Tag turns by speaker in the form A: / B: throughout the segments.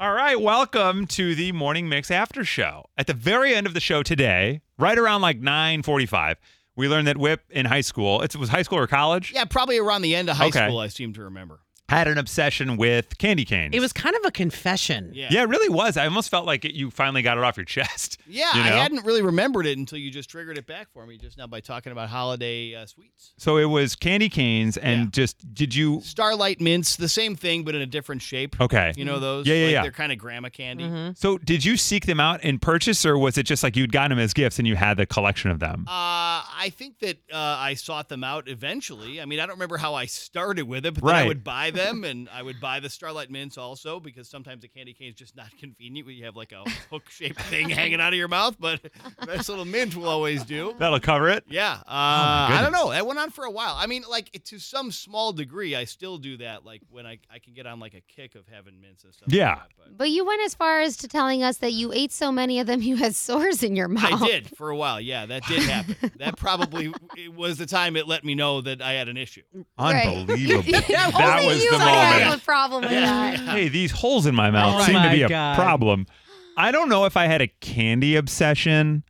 A: All right, welcome to the Morning Mix After Show. At the very end of the show today, right around like 9:45, we learned that Whip in high school, it was high school or college,
B: Yeah, probably around the end of high
A: Okay.
B: school, I seem to remember.
A: had an obsession with candy canes.
C: It was kind of a confession.
B: Yeah.
A: Yeah, it really was. I almost felt like it, you finally got it off your chest.
B: Yeah,
A: you know?
B: I hadn't really remembered it until you just triggered it back for me just now by talking about holiday uh, sweets.
A: So it was candy canes and
B: Yeah.
A: just did you
B: Starlight mints, the same thing but in a different shape.
A: Okay.
B: You know those?
A: Yeah, yeah,
B: like
A: yeah.
B: They're kind of grandma candy.
A: So did you seek them out and purchase or was it just like you'd gotten them as gifts and you had the collection of them?
B: Uh, I think that uh, I sought them out eventually. I mean, I don't remember how I started with it, but then
A: Right.
B: I would buy them, and I would buy the Starlight Mints also because sometimes the candy cane is just not convenient. when You have like a hook-shaped thing hanging out of your mouth, but this little mint will always do.
A: That'll cover it.
B: Yeah. Uh, I don't know. That went on for a while. I mean, like it- to some small degree, I still do that. Like when I, I can get on like a kick of having mints and stuff. like
A: Yeah.
B: that, but
D: But you went as far as to telling us that you ate so many of them you had sores in your mouth.
C: Oh.
B: I did for a while. Yeah, that did happen. that probably it was the time it let me know that I had an issue.
C: Mm.
D: Right.
A: Unbelievable. that
D: Only
A: was
D: you
A: the
D: would have
A: moment.
D: a problem with that.
A: Hey, these holes in my mouth
C: Oh
A: seem to
C: my
A: be a
C: God.
A: problem. I don't know if I had a candy obsession.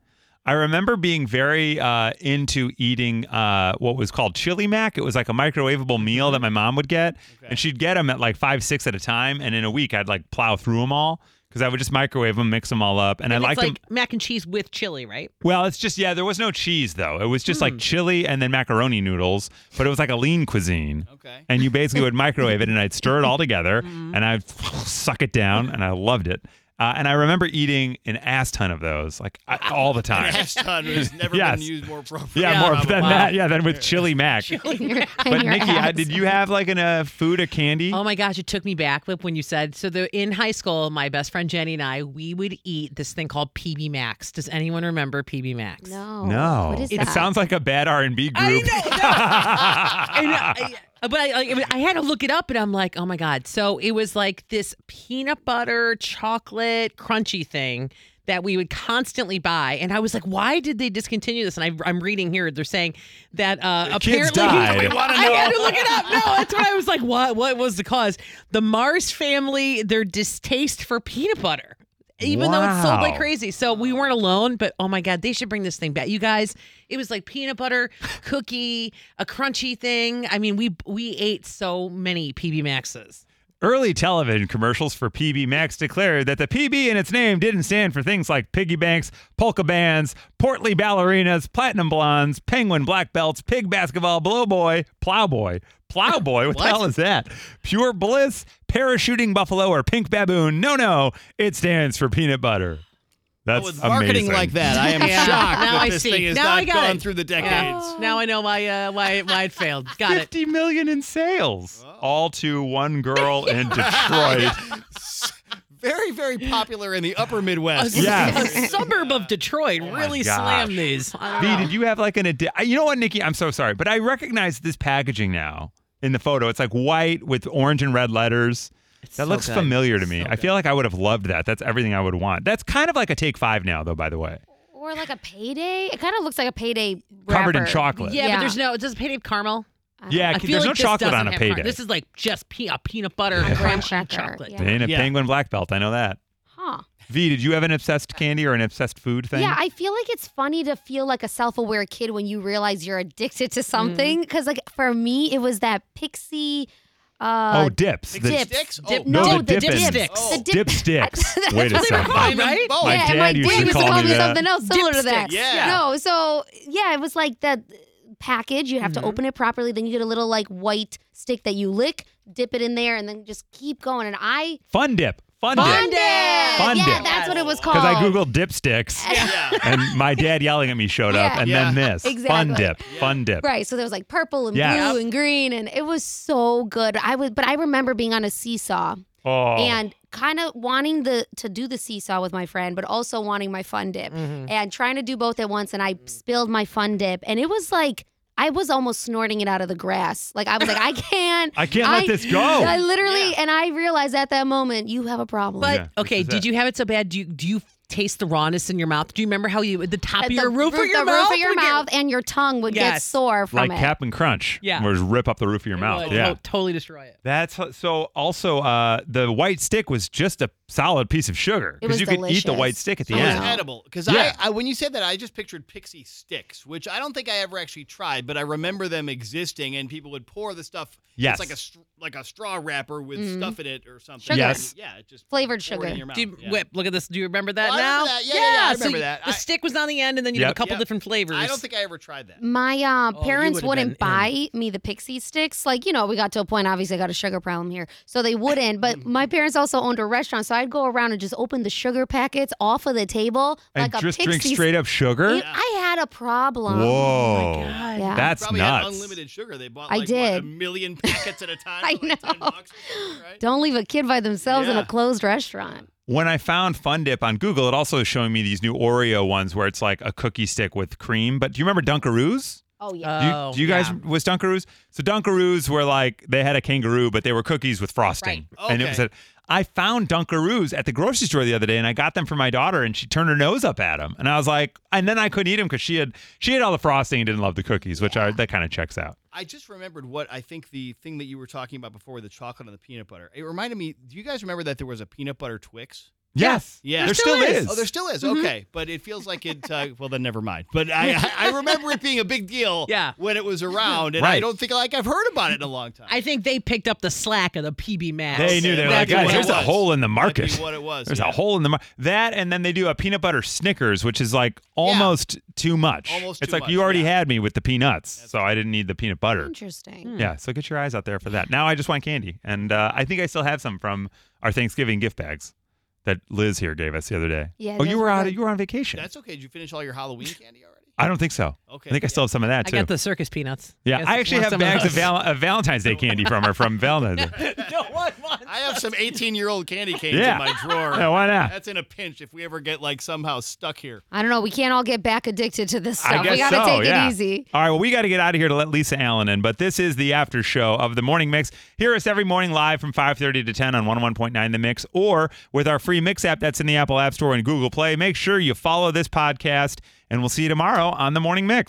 A: I remember being very uh, into eating uh, what was called chili mac. It was like a microwavable meal that my mom would get, and she'd get them at like five, six at a time. And in a week, I'd like plow through them all because I would just microwave them, mix them all up, and,
C: And
A: I
C: it's
A: liked
C: like
A: them.
C: mac and cheese with chili, right?
A: Well, it's just yeah, there was no cheese though. It was just
C: Hmm.
A: like chili and then macaroni noodles, but it was like a lean cuisine.
B: Okay.
A: And you basically would microwave it, and I'd stir it all together, and I'd suck it down, and I loved it. Uh, and I remember eating an ass ton of those, like I, all the time.
B: Ass ton has never
A: Yes.
B: been used more appropriately.
A: Yeah, more than
B: probably.
A: that. Yeah, than with chili mac. But Nikki, I, did you have like a uh, food or candy?
C: Oh my gosh, it took me back Whip, when you said so. The in high school, my best friend Jenny and I, we would eat this thing called PB Max. Does anyone remember PB Max?
D: No.
A: no.
D: What is
A: it
D: that?
A: sounds like a bad R and B group.
C: I know. no. I know. I- but I, I, I had to look it up, and I'm like, oh my god! So it was like this peanut butter chocolate crunchy thing that we would constantly buy, and I was like, why did they discontinue this? And I, I'm reading here, they're saying that uh,
A: kids
C: apparently
A: died. We
B: wanna
C: I had
B: know.
C: to look it up. No, that's what I was like. What? What was the cause? The Mars family, their distaste for peanut butter. Even though it's sold
A: Wow.
C: like crazy. So we weren't alone, but oh my God, they should bring this thing back. You guys, it was like peanut butter, cookie, a crunchy thing. I mean, we we ate so many PB Maxes.
A: Early television commercials for PB Max declared that the PB in its name didn't stand for things like piggy banks, polka bands, portly ballerinas, platinum blondes, penguin black belts, pig basketball, blowboy, plowboy. Plowboy? what the
B: What?
A: hell is that? Pure bliss, parachuting buffalo, or pink baboon. No, no, it stands for peanut butter. That's
B: With Oh, marketing
A: amazing.
B: like that, I am
C: Yeah.
B: shocked
C: Now
B: that
C: I
B: this
C: see.
B: thing has
C: Now
B: not
C: I got
B: gone
C: it.
B: through the decades.
C: Yeah. Now I know why uh, why why it failed. Got it.
A: 50 million in sales.
B: Oh.
A: All to one girl in Detroit.
B: Very, very popular in the upper Midwest.
A: Yes. Oh
C: A suburb of Detroit really
A: gosh.
C: slammed these. I don't
A: B,
C: know.
A: did you have like an addi- I- You know what, Nikki? I'm so sorry, but I recognize this packaging now in the photo. It's like white with orange and red letters. that
C: so
A: looks
C: good.
A: familiar to me. I feel like I would have loved that. That's everything I would want. That's kind of like a take five now, though. By the way,
D: Or like a payday? It kind of looks like a payday.
A: covered in
D: wrapper.
A: chocolate.
C: yeah,
D: Yeah.
C: but there's no. Does payday have caramel?
A: Yeah,
C: I
A: c-
C: feel
A: there's
C: like
A: no
C: this
A: chocolate on
C: doesn't
A: a
C: have
A: payday.
C: car- This is like just pe- a peanut butter
D: A graham
C: crunchy
D: cracker,
C: chocolate.
D: yeah.
A: They in a
B: Yeah.
A: penguin black belt. I know that.
D: Huh.
A: V, did you have an obsessed candy or an obsessed food thing?
D: Yeah, I feel like it's funny to feel like a self-aware kid when you realize you're addicted to
B: Mm.
D: something. Because like for me, it was that Pixie. Uh,
A: oh, dips.
B: Dip
A: The-
D: Dips.
B: sticks? Oh,
C: Dip-
A: No,
D: no,
A: the,
D: the
A: dippin'.
D: dip
C: sticks.
B: Oh.
D: The dip-
A: Dipsticks.
D: That's
A: Wait a
D: what they were
A: second.
B: Buy
C: called.
B: them
C: Right?
B: both.
A: My
D: Oh, yeah,
A: dad
D: and my
A: used to
D: dad used to
A: call
D: call
A: me
D: me
A: that.
D: something else similar to that.
C: Dipsticks.
B: Yeah.
D: No, so yeah, it was like that package. You have to open it properly, then you get a little like white stick that you lick, dip it in there, and then just keep going. And I
A: Fun dip. Fun,
C: Fun
A: dip.
C: dip.
A: Fun
D: yeah,
A: dip.
D: that's what it was called.
A: Because I googled dipsticks.
B: Yeah.
A: and my dad yelling at me showed up,
D: Yeah.
A: and then
B: Yeah.
A: this fun
D: Exactly.
A: dip, fun dip.
D: Right, so there was like purple and
A: Yes.
D: blue and green, and it was so good. I was, but I remember being on a seesaw
A: Oh,
D: and kind of wanting the to do the seesaw with my friend, but also wanting my fun dip
C: Mm-hmm.
D: and trying to do both at once. And I spilled my fun dip, and it was like I was almost snorting it out of the grass. Like I was like, I can't,
A: I can't let this go.
D: I literally, and I realized at that moment you have a problem.
C: But
A: Oh, Yeah, this
C: okay,
A: is
C: did
A: it.
C: you have it so bad? Do you do you taste the rawness in your mouth. Do you remember how you the top of
D: the
C: your roof, of your
D: the
C: mouth?
D: roof of your
C: would get-
D: mouth and your tongue would get
C: Yes.
D: sore from
A: like
D: it.
A: Captain Crunch.
C: Yeah.
A: Where just rip up the roof of your
C: It
A: mouth.
C: would
A: yeah.
C: to- totally destroy it.
A: That's h- so. Also, uh, the white stick was just a solid piece of sugar
D: It
A: because
D: was
A: you could eat the
D: delicious.
A: white stick at the
D: Oh,
B: It was
A: end.
D: yeah.
B: edible because
A: Yeah.
B: I, I when you said that I just pictured pixie sticks, which I don't think I ever actually tried, but I remember them existing and people would pour the stuff.
A: Yes.
B: it's like a str- like a straw wrapper with
D: Mhm.
B: stuff in it or something.
D: Sugar.
A: Yes.
B: yeah, it just
D: Flavored
B: poured
D: sugar.
B: in your mouth.
C: Do you,
B: yeah.
C: Whip, look at this. Do you remember that
B: Oh, I
C: now?
B: remember that. Yeah, yeah, yeah, I
C: so
B: remember
C: you-
B: that.
C: The
B: I-
C: stick was on the end, and then you had
A: Yep.
C: a couple
B: Yep.
C: different flavors.
B: I don't think I ever tried that.
D: My uh,
C: Oh, you
D: parents
C: would've
D: wouldn't
C: been
D: buy me the pixie sticks. Like, you know, we got to a point, obviously, I got a sugar problem here. So they wouldn't. But my parents also owned a restaurant. So I'd go around and just open the sugar packets off of the table
A: And
D: like
A: just
D: a
A: drink
D: pixie
A: straight up sugar.
D: It- I had a problem.
A: Whoa. Oh
C: God.
D: Yeah.
A: That's
B: Oh Probably
A: nuts.
B: had unlimited sugar. They bought
D: I
B: like what,
D: did.
B: a million packets at a time.
D: I
B: for, like, 10
D: know.
B: bucks or something, right?
D: Don't leave a kid by themselves in
B: Yeah.
D: a closed restaurant.
A: When I found Fun Dip on Google, it also is showing me these new Oreo ones where it's like a cookie stick with cream. But do you remember Dunkaroos?
D: Oh, yeah.
A: Do you,
C: Oh,
A: do you guys
C: yeah.
A: was Dunkaroos? So Dunkaroos were like they had a kangaroo, but they were cookies with frosting.
B: Right.
A: And it was
B: Okay.
A: a, I found Dunkaroos at the grocery store the other day, and I got them for my daughter, and she turned her nose up at them, and I was like, and then I couldn't eat them because she had she had all the frosting and didn't love the cookies, which are that kind of checks out.
B: I just remembered what I think the thing that you were talking about before the chocolate and the peanut butter. It reminded me. Do you guys remember that there was a peanut butter Twix?
A: Yes,
B: Yeah.
A: there still is. Mm-hmm.
B: Oh, there still is. Okay, but it feels like it. Uh, well, then never mind. But I, I- I remember it being a big deal.
C: Yeah.
B: When it was around, and
A: Right.
B: I don't think like I've heard about it in a long time.
C: I think they picked up the slack of the PB Max.
A: They knew they were like,
C: That's
A: guys,
C: what it
A: here's a
B: was.
A: hole in the
B: Might be
A: market.
B: What it was.
A: There's
B: yeah.
A: a hole in the mar- that, and then they do a peanut butter Snickers, which is like almost too much.
B: Almost
A: it's
B: too
A: like you
B: much,
A: already
B: yeah.
A: had me with the peanuts, so I didn't need the peanut butter.
D: Interesting.
A: Yeah, so get your eyes out there for that. Now I just want candy, and uh, I think I still have some from our Thanksgiving gift bags that Liz here gave us the other day.
D: Yeah,
A: Oh,
D: those
A: you were
D: were
A: out.
D: good.
A: You were on vacation.
B: That's okay. Did you finish all your Halloween candy already?
A: I don't think so.
B: Okay.
A: I think I still have some of that
C: I
A: too.
C: got the circus peanuts.
A: yeah,
C: guess
A: I
C: it
A: actually
C: wants
A: have
C: some
A: bags of,
C: those.
A: val- of Valentine's Day candy from her from Valentine's. Day.
C: no one wants.
B: I have some 18 year old candy canes
A: Yeah. Oh,
B: in my drawer.
A: Yeah, why not?
B: That's in a pinch if we ever get like somehow stuck here.
D: I don't know. We can't all get back addicted to this
A: I
D: stuff.
A: guess
D: We gotta
A: so,
D: take
A: yeah.
D: it easy.
A: All right, well, we got to get out of here to let Lisa Allen in, but this is the after show of the Morning Mix. Hear us every morning live from 5.30 to 10 on 101.9 The Mix or with our free Mix app that's in the Apple App Store and Google Play. Make sure you follow this podcast, and we'll see you tomorrow on the Morning Mix.